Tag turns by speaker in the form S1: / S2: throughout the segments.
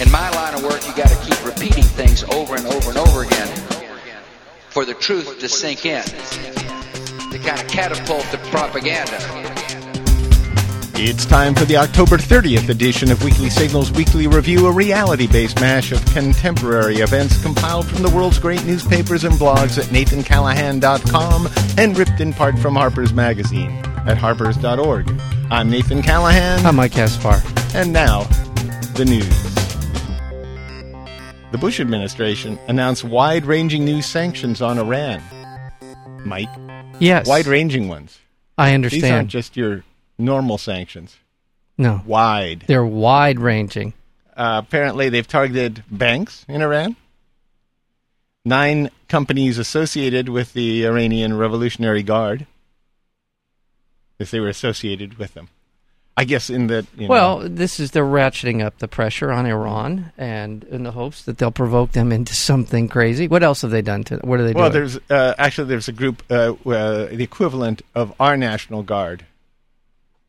S1: In my line of work, you got to keep repeating things over and over and over again for the truth to sink in, to kind of catapult the propaganda.
S2: It's time for the October 30th edition of Weekly Signals Weekly Review, a reality based mash of contemporary events compiled from the world's great newspapers and blogs at nathancallahan.com and ripped in part from Harper's Magazine at harpers.org. I'm Nathan Callahan.
S3: I'm Mike Caspar.
S2: And now, the news. The Bush administration announced wide ranging new sanctions on Iran. Mike,
S3: Yes.
S2: wide ranging ones.
S3: I
S2: These aren't
S3: understand.
S2: just your normal sanctions,
S3: no.
S2: wide.
S3: They're wide ranging.
S2: Uh, apparently, they've targeted banks in Iran, nine companies associated with the Iranian Revolutionary Guard, if they were associated with them. I guess in that. You
S3: Well,
S2: know,
S3: this is they're ratcheting up the pressure on Iran and in the hopes that they'll provoke them into something crazy. What else have they done to what are they
S2: well,
S3: doing?
S2: there's uh, actually there's a group, uh, uh, the equivalent of our National Guard.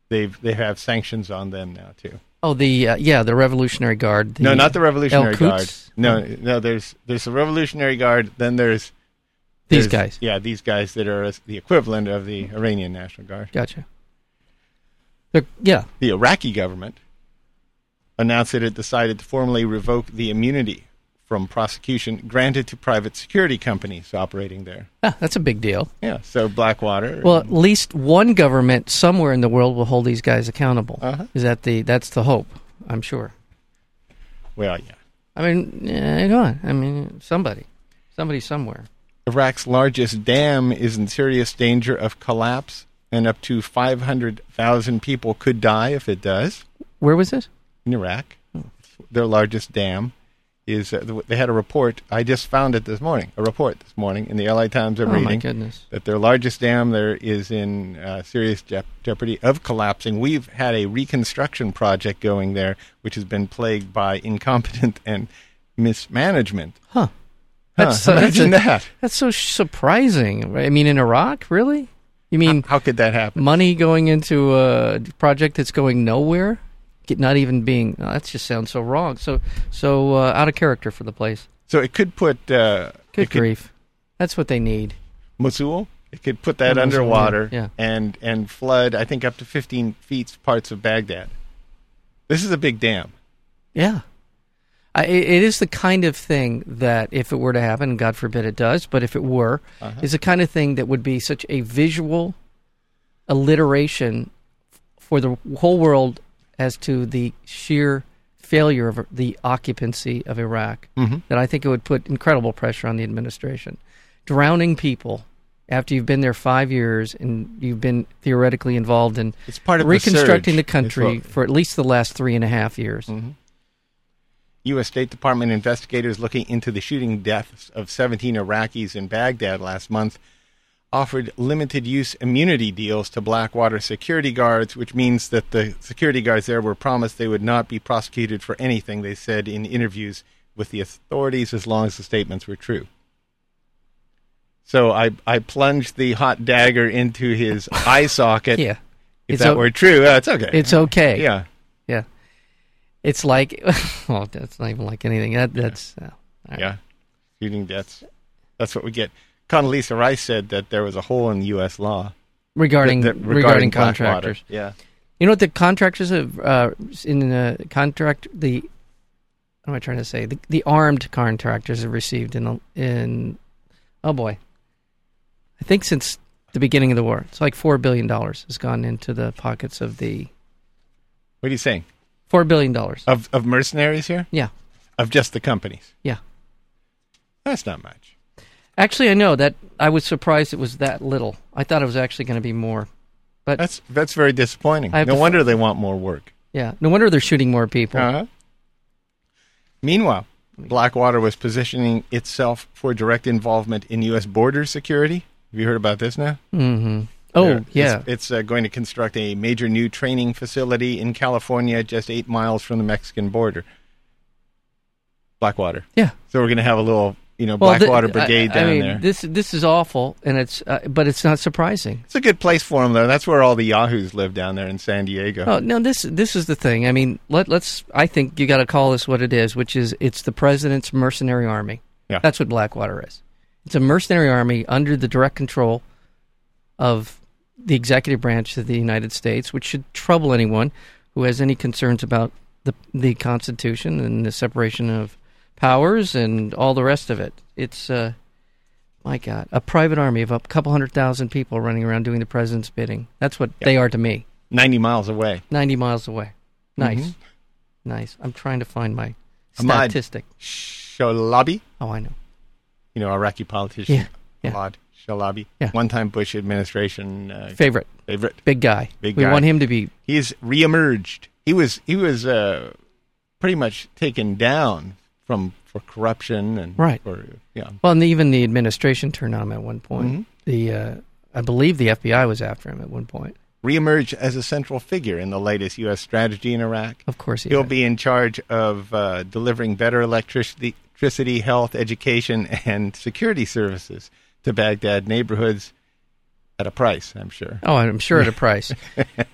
S2: They've they have sanctions on them now too.
S3: Oh, the uh, yeah, the Revolutionary Guard. The
S2: no, not the Revolutionary
S3: Al-Quds?
S2: Guard. No, no. There's there's the Revolutionary Guard. Then there's There's-
S3: These guys.
S2: Yeah, these guys that are the equivalent of the Iranian National Guard.
S3: Gotcha. They're, yeah.
S2: The Iraqi government announced that it decided to formally revoke the immunity from prosecution granted to private security companies operating there.
S3: Ah, that's a big deal.
S2: Yeah, so Blackwater.
S3: Well, at least one government somewhere in the world will hold these guys accountable.
S2: Uh-huh.
S3: Is that the that's the hope? I'm sure.
S2: well, yeah.
S3: I mean, eh, hang on. I mean, somebody, somebody somewhere.
S2: Iraq's largest dam is in serious danger of collapse, and up to 500,000 people could die if it does.
S3: Where was this?
S2: in Iraq. Their largest dam is. Uh, they had a report. I just found it this morning. A report this morning in the LA Times. I'm
S3: oh
S2: reading
S3: my goodness.
S2: that their largest dam there is in uh, serious jep- jeopardy of collapsing. We've had a reconstruction project going there, which has been plagued by incompetent and mismanagement.
S3: Huh.
S2: Huh,
S3: That's, so- that's,
S2: imagine
S3: a-
S2: that.
S3: that's so surprising. right? I mean, in Iraq, really? You mean
S2: How could that happen?
S3: money going into a project that's going nowhere? Get- Not even being. Oh, that just sounds so wrong. So so uh, out of character for the place.
S2: So it could put uh,
S3: Good
S2: it could-
S3: grief. that's what they need.
S2: Mosul. It could put that
S3: Yeah, Mosul,
S2: underwater
S3: yeah.
S2: and and flood. I think up to 15 feet parts of Baghdad. This is a big dam.
S3: Yeah. I, it it is the kind of thing that, if it were to happen, and God forbid it does, but if it were,
S2: Uh-huh.
S3: is the kind of thing that would be such a visual alliteration f- for the whole world as to the sheer failure of the occupancy of Iraq
S2: Mm-hmm.
S3: that I think it would put incredible pressure on the administration. Drowning people after you've been there five years and you've been theoretically involved in
S2: It's part of the
S3: reconstructing the,
S2: surge. Mm-hmm.
S3: country
S2: It's what-
S3: for at least the last three and a half years.
S2: U.S. State Department investigators looking into the shooting deaths of 17 Iraqis in Baghdad last month offered limited use immunity deals to Blackwater security guards, which means that the security guards there were promised they would not be prosecuted for anything they said in interviews with the authorities as long as the statements were true. So I, I plunged the hot dagger into his eye socket.
S3: Yeah.
S2: If
S3: It's
S2: that
S3: o-
S2: were true, uh, it's okay.
S3: It's okay.
S2: yeah.
S3: Yeah. It's like, well, that's not even like anything. That that's uh, all right.
S2: Yeah. Shooting deaths. That's what we get. Condoleezza Rice said that there was a hole in U.S. law
S3: regarding
S2: that- that-
S3: regarding,
S2: Blackwater.
S3: contractors.
S2: Yeah.
S3: You know what the contractors have uh, in the contract the what am I trying to say the, the armed contractors have received in the in oh boy, I think since the beginning of the war it's like four billion dollars has gone into the pockets of the
S2: What are you saying?
S3: four billion dollars.
S2: Of of mercenaries here?
S3: yeah,
S2: Of just the companies?
S3: yeah.
S2: That's not much.
S3: Actually, I know that I was surprised it was that little. I thought it was actually going to be more.
S2: That's that's very disappointing.
S3: I have
S2: No
S3: to-
S2: wonder they want more work.
S3: Yeah. No wonder they're shooting more people.
S2: Uh-huh. Meanwhile, Blackwater was positioning itself for direct involvement in U.S. border security. Have you heard about this now?
S3: hmm Oh,
S2: They're-
S3: yeah.
S2: It's, it's, uh, going to construct a major new training facility in California, just eight miles from the Mexican border, Blackwater.
S3: yeah.
S2: So we're going to have a little you know,
S3: Well, th-
S2: Blackwater
S3: I-
S2: Brigade
S3: I
S2: down
S3: mean,
S2: there.
S3: This this is awful, and it's uh, but it's not surprising.
S2: it's a good place for them, though. That's where all the yahoos live down there in San Diego.
S3: Oh no, this this is the thing. I mean, let let's. I think you got to call this what it is, which is it's the president's mercenary army.
S2: Yeah.
S3: that's what Blackwater is. It's a mercenary army under the direct control of the executive branch of the United States, which should trouble anyone who has any concerns about the the Constitution and the separation of powers and all the rest of it. It's uh, my God, a private army of a couple hundred thousand people running around doing the president's bidding. That's what they are to me.
S2: 90 miles away.
S3: 90 miles away. Nice.
S2: Mm-hmm.
S3: Nice. I'm trying to find my
S2: Ahmad.
S3: statistic.
S2: Shalabi,
S3: Oh, I know.
S2: you know, Iraqi politician.
S3: Yeah, yeah.
S2: Ahmad Shalabi.
S3: Yeah.
S2: One time Bush administration uh,
S3: Favorite.
S2: favorite.
S3: Big guy.
S2: Big
S3: we
S2: guy.
S3: want him to be.
S2: He's reemerged. He was, he was uh, pretty much taken down from for corruption and
S3: Right.
S2: for, yeah.
S3: Well, and even the administration turned on him at one point.
S2: Mm-hmm.
S3: The uh, I believe the FBI was after him at one point.
S2: reemerged as a central figure in the latest U.S. strategy in Iraq.
S3: Of course he
S2: He'll
S3: did.
S2: be in charge of uh, delivering better electricity, electricity, health, education, and security services to Baghdad neighborhoods at a price, I'm sure.
S3: Oh, I'm sure at a price.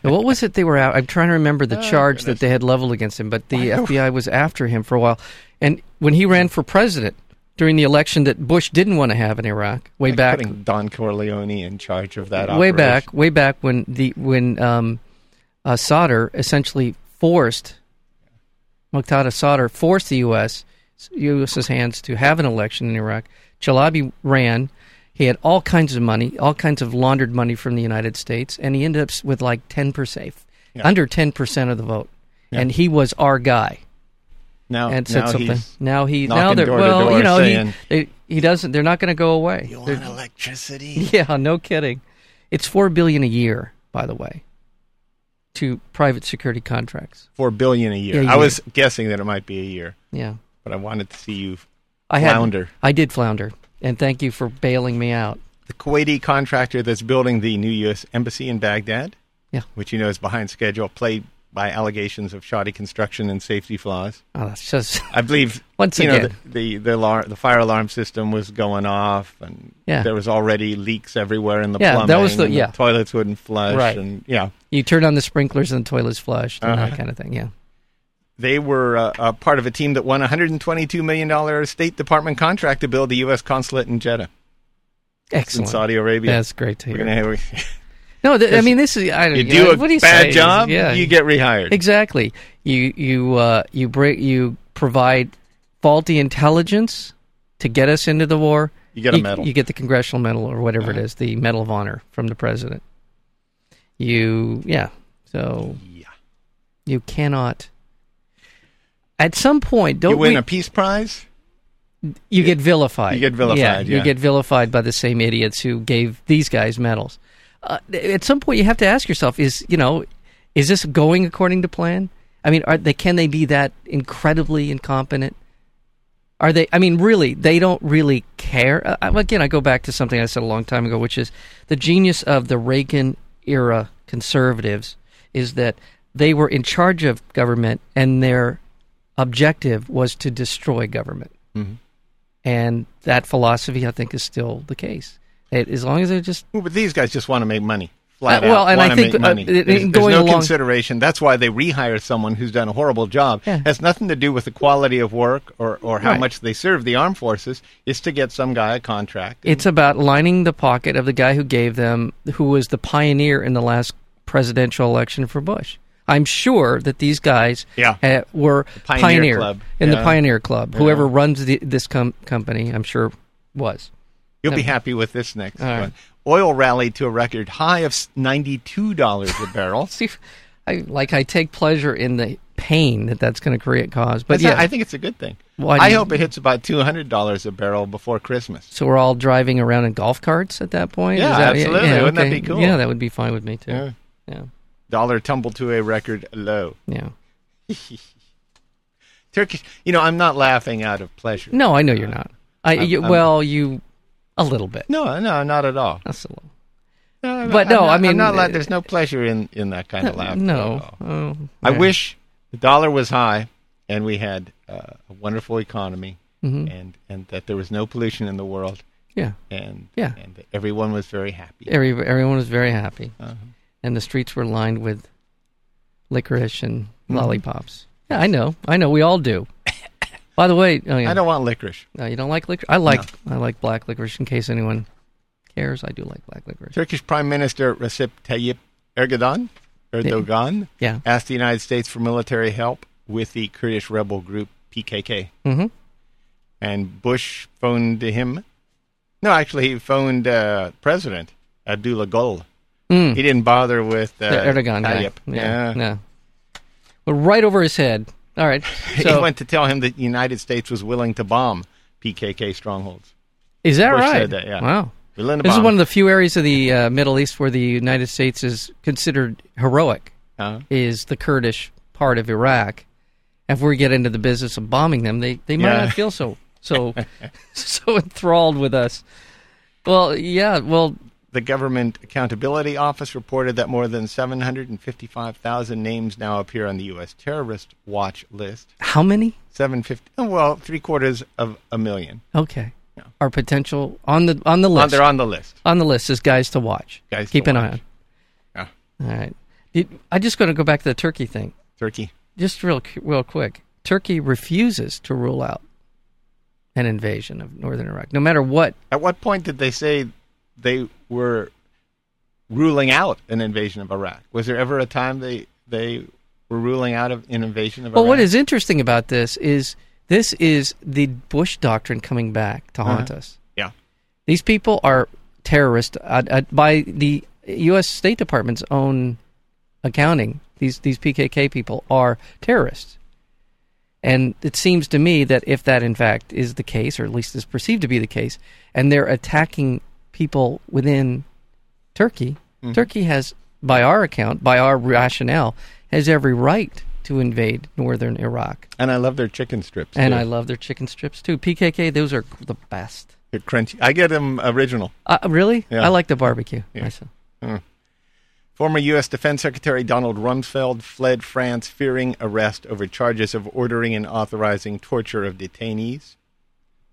S3: Now, what was it they were out? I'm trying to remember the
S2: Oh,
S3: charge that they had leveled against him, but the FBI was after him for a while. And when he ran for president during the election that Bush didn't want to have in Iraq, way
S2: Like
S3: back
S2: putting Don Corleone in charge of that
S3: way
S2: operation.
S3: back, way back when the when um, uh, Sauder essentially forced Muqtada Sauder forced the U.S. U.S.'s hands to have an election in Iraq. Chalabi ran. He had all kinds of money, all kinds of laundered money from the United States, and he ended up with like ten percent, under ten percent of the vote, and he was our guy
S2: Now,
S3: and said
S2: Oh, now
S3: something.
S2: he's
S3: Now he
S2: knocking
S3: now they're
S2: door to
S3: well,
S2: door
S3: you know,
S2: saying-
S3: he, they, he doesn't. They're not going to go away.
S2: "You
S3: They're-
S2: want electricity?
S3: yeah, no kidding. It's four billion a year, by the way, to private security contracts.
S2: Four billion a year.
S3: Yeah,
S2: I
S3: yeah.
S2: was guessing that it might be a year,
S3: Yeah,
S2: but I wanted to see you
S3: I had-
S2: flounder.
S3: I did flounder, and thank you for bailing me out.
S2: the Kuwaiti contractor that's building the new U.S. embassy in Baghdad,
S3: Yeah.
S2: which you know is behind schedule, plagued by allegations of shoddy construction and safety flaws.
S3: Oh, that's just
S2: I believe
S3: Once
S2: you know
S3: again.
S2: the the, the, alar- the fire alarm system was going off, and
S3: Yeah.
S2: there was already leaks everywhere in the
S3: Yeah,
S2: plumbing.
S3: that was the-
S2: and
S3: yeah.
S2: toilets wouldn't flush,
S3: Right.
S2: and yeah,
S3: you turn on the sprinklers and the toilets flushed and
S2: Uh-huh.
S3: that kind of thing. Yeah,
S2: they were uh, a part of a team that won a 122 million dollar State Department contract to build the U.S. consulate in Jeddah, in
S3: excellent.
S2: Saudi Arabia.
S3: That's great to
S2: We're
S3: hear.
S2: gonna have-
S3: no, th- I mean this is I don't.
S2: you
S3: know,
S2: do a
S3: what do you
S2: bad
S3: say?
S2: job,
S3: Yeah,
S2: you get rehired.
S3: Exactly. You you uh, you break you provide faulty intelligence to get us into the war.
S2: You get a medal.
S3: You get the congressional medal or whatever it is, the medal of honor from the president. You yeah. So
S2: Yeah.
S3: you cannot. At some point, don't
S2: You win
S3: we-
S2: a peace prize.
S3: you get vilified.
S2: You get vilified, yeah.
S3: you get vilified by the same idiots who gave these guys medals. Uh, at some point, you have to ask yourself: Is you know, is this going according to plan? I mean, are they can they be that incredibly incompetent? Are they? I mean, really, they don't really care. Uh, I- again, I go back to something I said a long time ago, which is the genius of the Reagan era conservatives is that they were in charge of government, and their objective was to destroy government. And that philosophy, I think, is still the case. It, as long as they're just
S2: Well, but these guys just want to make money. Flat
S3: Uh, well,
S2: out,
S3: and I
S2: want to
S3: think,
S2: make
S3: uh,
S2: money.
S3: it- it-
S2: there's, there's
S3: going
S2: no
S3: along-
S2: consideration. That's why they rehire someone who's done a horrible job.
S3: Yeah.
S2: Has nothing to do with the quality of work or, or how
S3: Right.
S2: much they serve the armed forces. It's to get some guy a contract.
S3: It's about lining the pocket of the guy who gave them, who was the pioneer in the last presidential election for Bush. I'm sure that these guys
S2: Yeah.
S3: uh, were
S2: Pioneer
S3: pioneer
S2: Club.
S3: in
S2: Yeah.
S3: the Pioneer Club. Whoever runs the, this com- company, I'm sure was.
S2: You'll be happy with this next
S3: All right.
S2: one. Oil rallied to a record high of s- ninety-two dollars a barrel.
S3: See, I like I take pleasure in the pain that that's going to create cause. But
S2: That's
S3: yeah,
S2: not- I think it's a good thing.
S3: Why do
S2: I
S3: you-
S2: hope it hits about two hundred dollars a barrel before Christmas.
S3: so we're all driving around in golf carts at that point.
S2: Yeah,
S3: Is that-
S2: absolutely. Wouldn't that be
S3: okay.
S2: cool?
S3: Yeah, that would be fine with me too.
S2: Yeah.
S3: yeah.
S2: Dollar tumbled to a record low.
S3: yeah.
S2: Turkish. You know, I'm not laughing out of pleasure.
S3: No, I know you're not. I you,
S2: Uh, I'm-
S3: well, you a little bit.
S2: No, no, not at all.
S3: That's a little.
S2: No,
S3: But
S2: I'm
S3: no,
S2: not-
S3: I mean- uh,
S2: I'm not la- there's no pleasure in in that kind of laughter. at
S3: No.
S2: all.
S3: Oh,
S2: I
S3: yeah.
S2: wish the dollar was high and we had uh, a wonderful economy
S3: Mm-hmm.
S2: and and that there was no pollution in the world,
S3: Yeah.
S2: and
S3: Yeah.
S2: and that everyone was very happy.
S3: Every, everyone was very happy,
S2: Uh-huh.
S3: and the streets were lined with licorice and
S2: Mm-hmm.
S3: lollipops. Yeah, I know. I know. We all do. By the way, oh, yeah.
S2: I don't want licorice.
S3: No, you don't like licorice. I like I like black licorice. In case anyone cares, I do like black licorice.
S2: Turkish Prime Minister Recep Tayyip Erdogan, Erdogan
S3: Yeah.
S2: asked the United States for military help with the Kurdish rebel group PKK.
S3: Mm-hmm.
S2: And Bush phoned him. No, actually, he phoned uh, President Abdullah Gül. He didn't bother with uh,
S3: Hmm. The Erdogan guy.
S2: Tayyip.
S3: Yeah.
S2: Yeah.
S3: yeah. Well, right over his head. All right.
S2: he
S3: So
S2: went to tell him that the United States was willing to bomb PKK strongholds.
S3: is that
S2: Bush
S3: right?
S2: said that, yeah.
S3: Wow.
S2: Willing to
S3: This is
S2: bomb.
S3: one of the few areas of the uh, Middle East where the United States is considered heroic.
S2: Uh,
S3: Is the Kurdish part of Iraq? If we get into the business of bombing them, they they might
S2: Yeah.
S3: not feel so so so enthralled with us. Well, yeah. Well,
S2: the Government Accountability Office reported that more than 755,000 names now appear on the U.S. terrorist watch list.
S3: how many?
S2: 750, oh, well, three quarters of a million.
S3: Okay. Our potential on the on the
S2: Oh,
S3: list
S2: they're on the list.
S3: on the list is guys to watch.
S2: Guys to
S3: keep an
S2: watch. Yeah.
S3: eye on. All right. Did- I just going to go back to the Turkey thing,
S2: Turkey.
S3: just real cu- real quick. Turkey refuses to rule out an invasion of northern Iraq, no matter what.
S2: At what point did they say they were ruling out an invasion of Iraq? Was there ever a time they they were ruling out of an invasion of
S3: Well,
S2: Iraq?
S3: what is interesting about this is this is the Bush doctrine coming back to haunt us.
S2: Yeah.
S3: These people are terrorists uh, uh, by the U.S. State Department's own accounting. These these PKK people are terrorists, and it seems to me that if that in fact is the case, or at least is perceived to be the case, and they're attacking people within Turkey, Turkey has, by our account, by our rationale, has every right to invade northern Iraq.
S2: And I love their chicken strips.
S3: And
S2: too.
S3: I love their chicken strips too. PKK, those are the best.
S2: They're crunchy. I get them original.
S3: Uh, really?
S2: Yeah.
S3: I like the barbecue.
S2: Yeah.
S3: myself.
S2: Former U.S. Defense Secretary Donald Rumsfeld fled France fearing arrest over charges of ordering and authorizing torture of detainees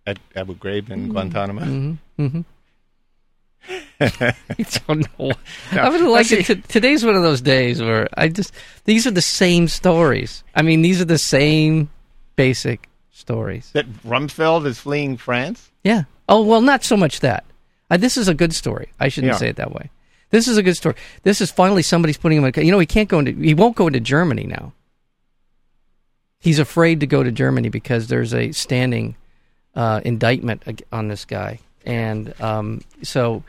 S2: at Abu Ghraib
S3: Mm-hmm.
S2: and Guantanamo.
S3: I Mm-hmm. don't know. I would like it. To, today's one of those days where I just these are the same stories. I mean, these are the same basic stories.
S2: That Rumsfeld is fleeing France?
S3: Yeah. Oh well, not so much that. Uh, this is a good story. I shouldn't
S2: Yeah.
S3: say it that way. This is a good story. This is finally somebody's putting him in. a ca- You know, he can't go into. He won't go into Germany now. He's afraid to go to Germany because there's a standing uh, indictment ag- on this guy, and um, so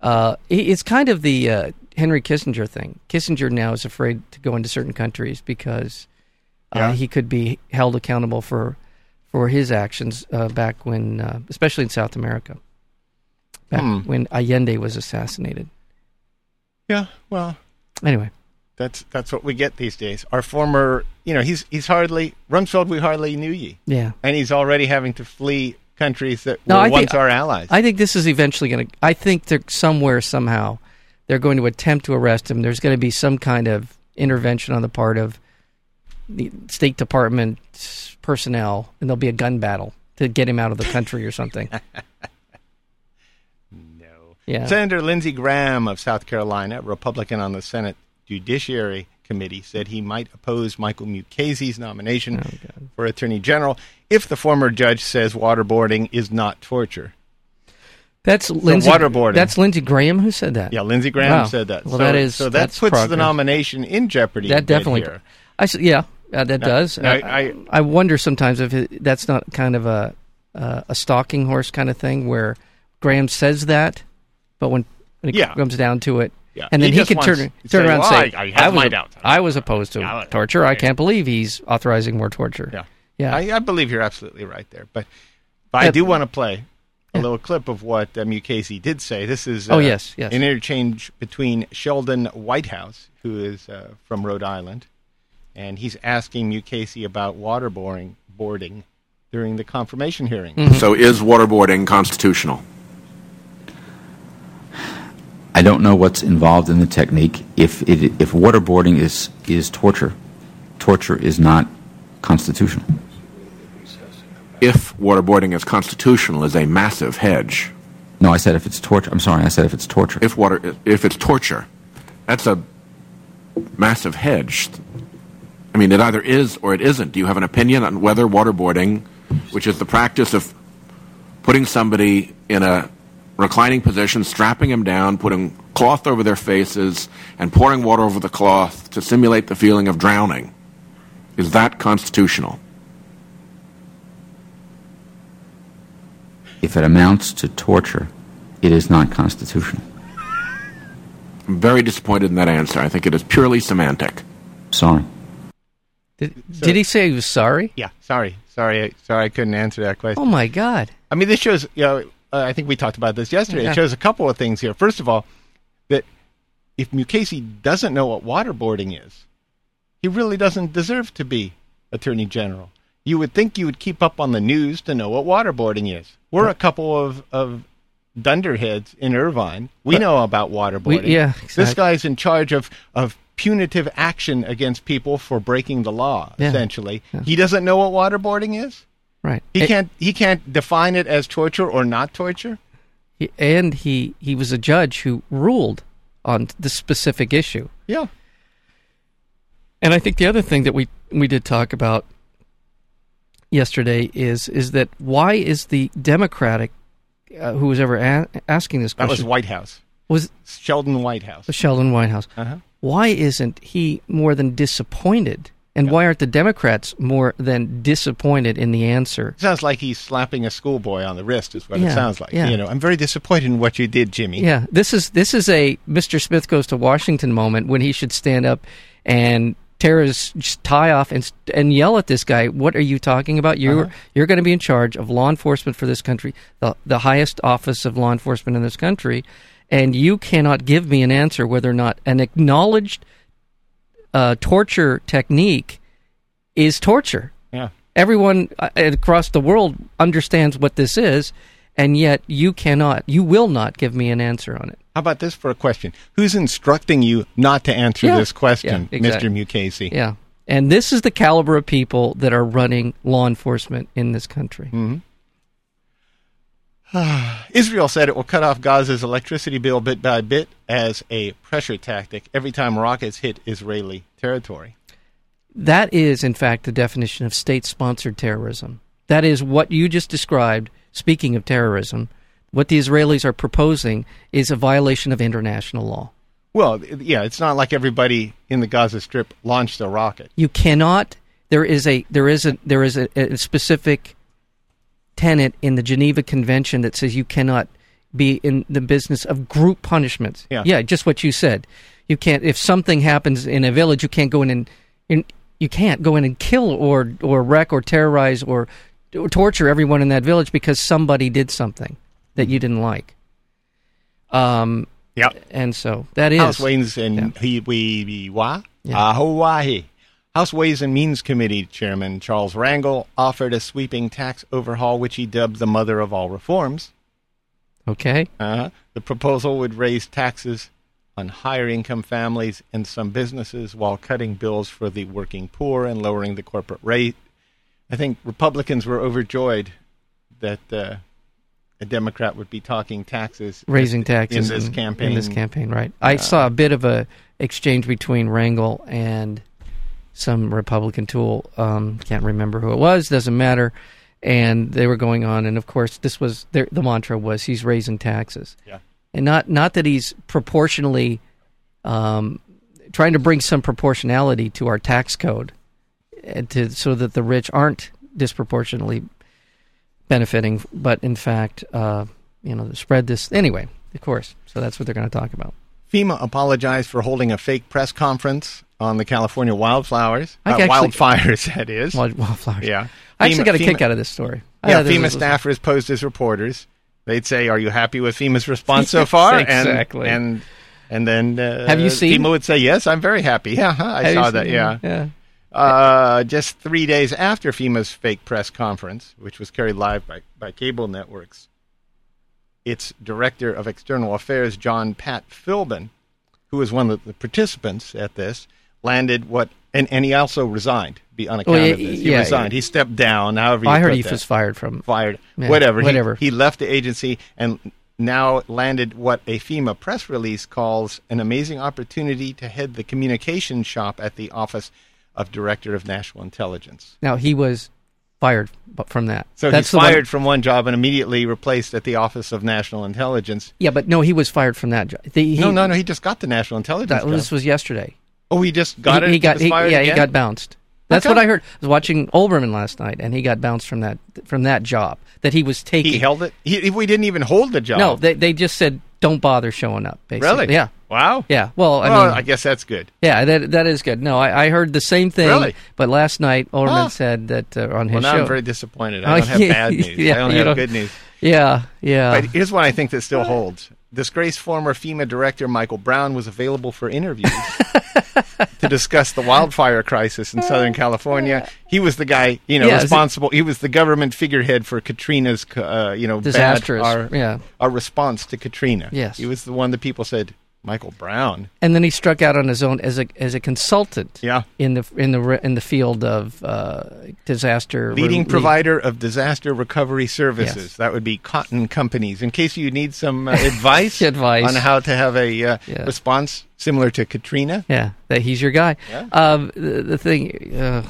S3: uh, he- it's kind of the uh, Henry Kissinger thing. Kissinger now is afraid to go into certain countries because uh,
S2: Yeah.
S3: he could be held accountable for for his actions uh, back when, uh, especially in South America, back
S2: Hmm.
S3: when Allende was assassinated.
S2: Yeah, well,
S3: Anyway,
S2: that's that's what we get these days. Our former, you know, he's he's hardly Rumsfeld. We hardly knew ye,
S3: yeah,
S2: and he's already having to flee countries that
S3: No,
S2: were
S3: I think-
S2: once our allies.
S3: I think this is eventually going to. I think they're somewhere somehow they're going to attempt to arrest him. There's going to be some kind of intervention on the part of the State Department personnel, and there'll be a gun battle to get him out of the country or something.
S2: no.
S3: Yeah.
S2: Senator Lindsey Graham of South Carolina, Republican on the Senate Judiciary Committee, said he might oppose Michael Mukasey's nomination
S3: Oh,
S2: for Attorney General if the former judge says waterboarding is not torture.
S3: That's Lindsey.
S2: waterboarding.
S3: That's Lindsey Graham who said that.
S2: Yeah, Lindsey Graham
S3: Wow.
S2: said that.
S3: Well,
S2: so,
S3: that is-
S2: so that
S3: that's
S2: puts the
S3: progress.
S2: nomination in jeopardy. a
S3: that
S2: bit
S3: definitely.
S2: here.
S3: I s- yeah, uh, that does.
S2: now,
S3: I,
S2: I-
S3: I, wonder sometimes if it, that's not kind of a uh, a stalking horse kind of thing where Graham says that, but when, when it
S2: Yeah.
S3: comes down to it,
S2: Yeah.
S3: and then
S2: He
S3: he,
S2: just
S3: can turn
S2: wants to
S3: turn
S2: say,
S3: around
S2: "Well,
S3: and say,
S2: I- I have
S3: was
S2: my
S3: a-
S2: doubts."
S3: I was opposed to
S2: Yeah,
S3: torture. I
S2: okay.
S3: can't believe he's authorizing more torture."
S2: Yeah.
S3: yeah.
S2: I, I believe you're absolutely right there. But, but I
S3: Yeah.
S2: do want to play a little clip of what uh, Mukasey did say. This is uh,
S3: Oh, yes, yes.
S2: an interchange between Sheldon Whitehouse, who is uh, from Rhode Island, and he's asking Mukasey about waterboarding boarding during the confirmation hearing.
S3: Mm.
S4: So is waterboarding constitutional?
S5: I don't know what's involved in the technique. If it, if waterboarding is is torture, torture is not constitutional.
S4: if waterboarding is constitutional is a massive hedge.
S5: No, I said if it's torture. I'm sorry, I said if it's torture.
S4: If water, if it's torture, that's a massive hedge. I mean, it either is or it isn't. Do you have an opinion on whether waterboarding, which is the practice of putting somebody in a reclining position, strapping them down, putting cloth over their faces, and pouring water over the cloth to simulate the feeling of drowning, is that constitutional?
S5: If it amounts to torture, it is not constitutional.
S4: I'm very disappointed in that answer. I think it is purely semantic.
S5: Sorry.
S3: Did, did he say he was sorry?
S2: Yeah, sorry, sorry, I- sorry, I couldn't answer that question.
S3: Oh my God!
S2: I mean, this shows. You know, uh, I think we talked about this yesterday.
S3: Yeah.
S2: It shows a couple of things here. First of all, that if Mukasey doesn't know what waterboarding is, he really doesn't deserve to be attorney general. You would think you would keep up on the news to know what waterboarding is. We're a couple of of dunderheads in Irvine. We know about waterboarding.
S3: We- yeah,
S2: This
S3: exact-
S2: guy's in charge of of punitive action against people for breaking the law.
S3: Yeah.
S2: Essentially,
S3: Yeah.
S2: he doesn't know what waterboarding is.
S3: Right.
S2: He
S3: A-
S2: can't he can't define it as torture or not torture.
S3: he- and he he was a judge who ruled on this specific issue.
S2: Yeah.
S3: And I think the other thing that we we did talk about yesterday is is that why is the Democratic uh, who was ever a- asking this
S2: That was
S3: question
S2: White House.
S3: was,
S2: Sheldon Whitehouse.
S3: Sheldon Whitehouse.
S2: Uh-huh.
S3: Why isn't he more than disappointed? And why aren't the Democrats more than disappointed in the answer?
S2: Sounds like he's slapping a schoolboy on the wrist is what it
S3: Yeah,
S2: sounds like.
S3: yeah.
S2: You know, I'm very disappointed in what you did, Jimmy.
S3: Yeah, this is this is a Mr. Smith goes to Washington moment when he should stand up and tear his tie off and and yell at this guy. What are you talking about? You're you're going to be in charge of law enforcement for this country, the the highest office of law enforcement in this country, and you cannot give me an answer whether or not an acknowledged uh, torture technique is torture
S2: Yeah.
S3: everyone uh, across the world understands what this is and yet you cannot you will not give me an answer on it
S2: How about this for a question? Who's instructing you not to answer
S3: Yeah.
S2: this question,
S3: Yeah, exactly.
S2: Mr. Mukasey?
S3: yeah and this is the caliber of people that are running law enforcement in this country
S2: Israel said it will cut off Gaza's electricity bill bit by bit as a pressure tactic every time rockets hit Israeli territory.
S3: that is in fact the definition of state sponsored terrorism that is what you just described speaking of terrorism what the israelis are proposing is a violation of international law
S2: Well, th- yeah, it's not like everybody in the Gaza Strip launched a rocket.
S3: you cannot there is a there is a there is a, a specific tenet in the Geneva Convention that says you cannot be in the business of group punishments.
S2: Yeah.
S3: just what you said. You can't if something happens in a village, you can't go in and, and you can't go in and kill or or wreck or terrorize or, or torture everyone in that village because somebody did something that you didn't like. Um
S2: Yep.
S3: and so that is
S2: House Ways and he we we- wa
S3: Yeah.
S2: Ah, Hawaii. House Ways and Means Committee Chairman Charles Rangel offered a sweeping tax overhaul, which he dubbed the mother of all reforms.
S3: okay.
S2: Uh, the proposal would raise taxes on higher income families and some businesses while cutting bills for the working poor and lowering the corporate rate. I think Republicans were overjoyed that uh, a Democrat would be talking taxes
S3: raising taxes
S2: in this
S3: and-
S2: campaign.
S3: In this campaign, right? I saw a bit of a exchange between Rangel and some Republican tool. Um, can't remember who it was. Doesn't matter. And they were going on, and of course, this was their, the mantra was he's raising taxes,
S2: Yeah.
S3: and not not that he's proportionally um, trying to bring some proportionality to our tax code, uh, to so that the rich aren't disproportionately benefiting, but in fact, uh, you know, spread this anyway. Of course, so that's what they're going to talk about.
S2: FEMA apologized for holding a fake press conference on the California wildflowers,
S3: I
S2: uh,
S3: actually-
S2: wildfires. That is.
S3: Wild, wildflowers.
S2: Yeah.
S3: I actually
S2: FEMA-
S3: got a kick
S2: FEMA
S3: out of this story. I
S2: yeah,
S3: thought this
S2: FEMA
S3: was-
S2: staffers posed as reporters. They'd say, "Are you happy with FEMA's response so far?" And-
S3: Exactly.
S2: And and, then uh,
S3: Have you seen-
S2: FEMA would say, "Yes, I'm very happy." Yeah, huh, I
S3: Have you
S2: saw
S3: seen
S2: that. Yeah.
S3: yeah.
S2: Uh, just three days after FEMA's fake press conference, which was carried live by, by cable networks, its director of external affairs, John Pat Philbin, who was one of the participants at this, landed what, and, and he also resigned. be on account
S3: Well, yeah,
S2: of this. He
S3: yeah,
S2: resigned.
S3: yeah.
S2: He stepped down. However, you
S3: I heard
S2: put
S3: he
S2: that.
S3: was fired from.
S2: fired.
S3: Yeah,
S2: whatever. He-
S3: whatever.
S2: He, left the agency and now landed what a FEMA press release calls an amazing opportunity to head the communication shop at the office of Director of National Intelligence.
S3: Now he was fired bu- from that.
S2: So
S3: That's
S2: he's
S3: the one-
S2: fired from one job and immediately replaced at the Office of National Intelligence.
S3: yeah, but no, he was fired from that. jo- The, he,
S2: no, no, no. He just got the National Intelligence.
S3: That,
S2: job.
S3: this was yesterday.
S2: oh, he just got
S3: he,
S2: it.
S3: He got
S2: was
S3: he-
S2: fired
S3: yeah,
S2: again?
S3: he got bounced. That's
S2: Okay.
S3: what I heard. I was watching Olbermann last night, and he got bounced from that from that job that he was taking.
S2: He held it. He, we didn't even hold the job.
S3: no, they they just said don't bother showing up. Basically,
S2: really.
S3: yeah,
S2: Wow.
S3: yeah. Well, I
S2: well,
S3: mean,
S2: I guess that's good.
S3: yeah, that that is good. No, I, I heard the same thing.
S2: Really?
S3: But last night Olbermann
S2: Huh.
S3: said that uh, on his
S2: Well, now
S3: show.
S2: I'm very disappointed.
S3: Oh,
S2: I don't have
S3: yeah,
S2: bad news.
S3: yeah,
S2: I don't
S3: you
S2: have
S3: don't-
S2: good news.
S3: yeah, yeah.
S2: But here's one I think that still holds. Disgraced former FEMA director Michael Brown was available for interviews to discuss the wildfire crisis in Southern California. He was the guy, you know,
S3: Yeah, is it-
S2: responsible. He was the government figurehead for Katrina's, uh, you know, bad-
S3: Disastrous,
S2: our,
S3: yeah.
S2: our response to Katrina.
S3: Yes.
S2: He was the one that people said, Michael Brown.
S3: and then he struck out on his own as a as a consultant.
S2: Yeah.
S3: in the in the re- in the field of uh, disaster
S2: Leading
S3: relief.
S2: provider of disaster recovery services.
S3: Yes.
S2: That would be Cotton Companies. In case you need some uh, advice,
S3: Advice.
S2: on how to have a uh,
S3: Yeah.
S2: response similar to Katrina.
S3: Yeah, that he's your guy. Um, the, the thing, uh,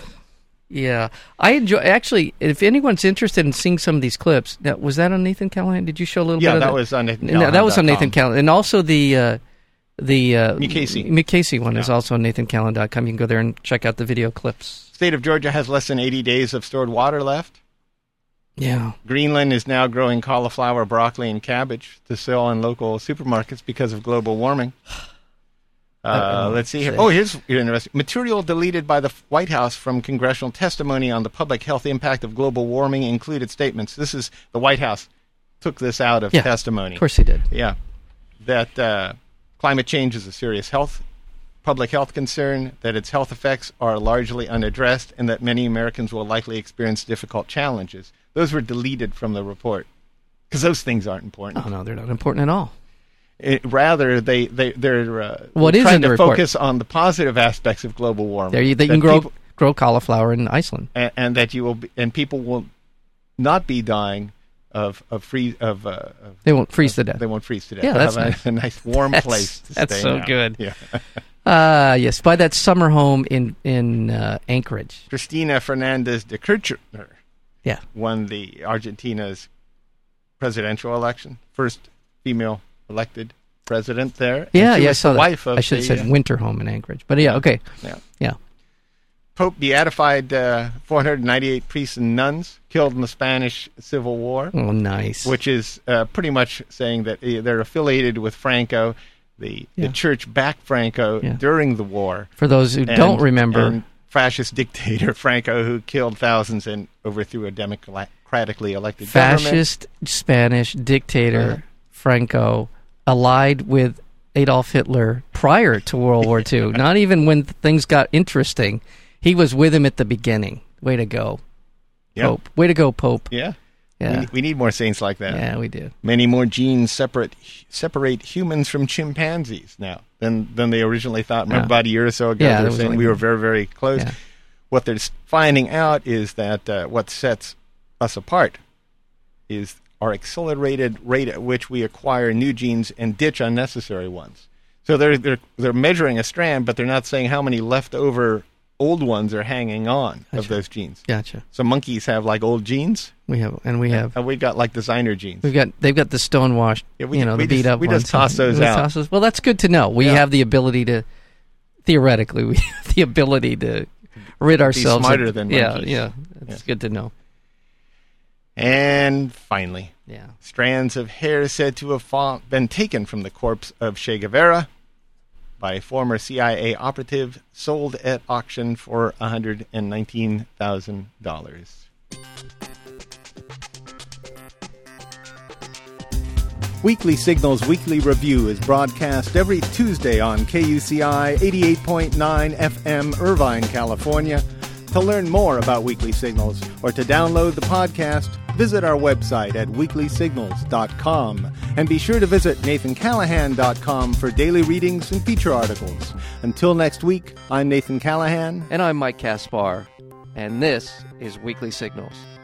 S3: yeah, I enjoy. Actually, if anyone's interested in seeing some of these clips, that was that on Nathan Callahan. Did you show a little
S2: Yeah,
S3: bit? of
S2: that was uh, on Nathan
S3: No, that was
S2: Callahan.com.
S3: on Nathan Callahan, and also the. Uh, the uh,
S2: Mukasey.
S3: Mukasey one is also on NathanCallan.com. You can go there and check out the video clips.
S2: State of Georgia has less than 80 days of stored water left.
S3: Yeah,
S2: Greenland is now growing cauliflower, broccoli, and cabbage to sell in local supermarkets because of global warming. Uh, let's see here. Oh, here's interesting. Material deleted by the White House from congressional testimony on the public health impact of global warming included statements. This is the White House took this out of
S3: yeah.
S2: testimony.
S3: Of course he did.
S2: Yeah. That uh, climate change is a serious health, public health concern, that its health effects are largely unaddressed, and that many Americans will likely experience difficult challenges. Those were deleted from the report because those things aren't important.
S3: Oh no, they're not important at all.
S2: It- rather, they, they, they're uh,
S3: What is
S2: trying
S3: in the
S2: to
S3: report?
S2: focus on the positive aspects of global warming.
S3: There, you, they
S2: that
S3: can grow
S2: people-
S3: grow cauliflower in Iceland.
S2: and, and that you will be, and people will not be dying of of free of, uh, of
S3: They won't freeze to death.
S2: They won't freeze to death.
S3: Yeah,
S2: They'll
S3: that's
S2: have a-
S3: nice.
S2: a, nice warm
S3: That's-
S2: place. To
S3: that's
S2: stay
S3: so
S2: now.
S3: good.
S2: Yeah.
S3: Ah, yes, by that summer home in in uh, Anchorage.
S2: Cristina Fernandez de Kirchner
S3: Yeah,
S2: won the Argentina's presidential election, first female elected president there. and
S3: yeah,
S2: she
S3: yeah. I
S2: was
S3: saw
S2: the
S3: that.
S2: wife of
S3: I should
S2: the,
S3: have said
S2: uh,
S3: winter home in Anchorage, but yeah, okay,
S2: yeah.
S3: yeah.
S2: Pope beatified uh, 498 priests and nuns killed in the Spanish Civil War.
S3: Oh, nice.
S2: which is uh, pretty much saying that uh, they're affiliated with Franco. The,
S3: Yeah.
S2: the church backed Franco
S3: Yeah.
S2: during the war.
S3: for those who
S2: and-
S3: don't remember,
S2: and fascist dictator Franco, who killed thousands and overthrew a democratically elected government.
S3: fascist Spanish dictator
S2: Uh-huh.
S3: Franco allied with Adolf Hitler prior to World War II. Not even when th- things got interesting, he was with him at the beginning. Way to go,
S2: Yep.
S3: Pope. Way to go, Pope.
S2: Yeah, We,
S3: Yeah,
S2: ne- we need more saints like that.
S3: yeah, we do.
S2: Many more genes separate separate humans from chimpanzees now than than they originally thought. Remember
S3: Yeah.
S2: about a year or so ago,
S3: Yeah,
S2: they
S3: that
S2: were
S3: was
S2: saying
S3: like-
S2: we were very very close.
S3: Yeah.
S2: What they're s- finding out is that uh, what sets us apart is our accelerated rate at which we acquire new genes and ditch unnecessary ones. So they're they're they're measuring a strand, but they're not saying how many leftover old ones are hanging on of those genes.
S3: Gotcha.
S2: So monkeys have like old genes,
S3: We have, and we have.
S2: and we've got like designer genes.
S3: We've got they've got the stonewashed,
S2: Yeah, we-
S3: you know,
S2: we
S3: the beat
S2: just-
S3: up.
S2: we just
S3: ones.
S2: toss those
S3: We
S2: out.
S3: toss those- Well, that's good to know. We
S2: Yeah.
S3: have the ability to theoretically we have the ability to rid ourselves. of-
S2: smarter than
S3: yeah,
S2: monkeys.
S3: yeah. It's good to know.
S2: And finally,
S3: Yeah,
S2: strands of hair said to have fa- been taken from the corpse of Che Guevara by a former CIA operative sold at auction for $119,000. Weekly Signals Weekly Review is broadcast every Tuesday on KUCI 88.9 FM, Irvine, California. To learn more about Weekly Signals or to download the podcast, visit our website at weeklysignals.com. And be sure to visit nathancallahan.com for daily readings and feature articles. Until next week, I'm Nathan Callahan.
S3: and I'm Mike Caspar. and this is Weekly Signals.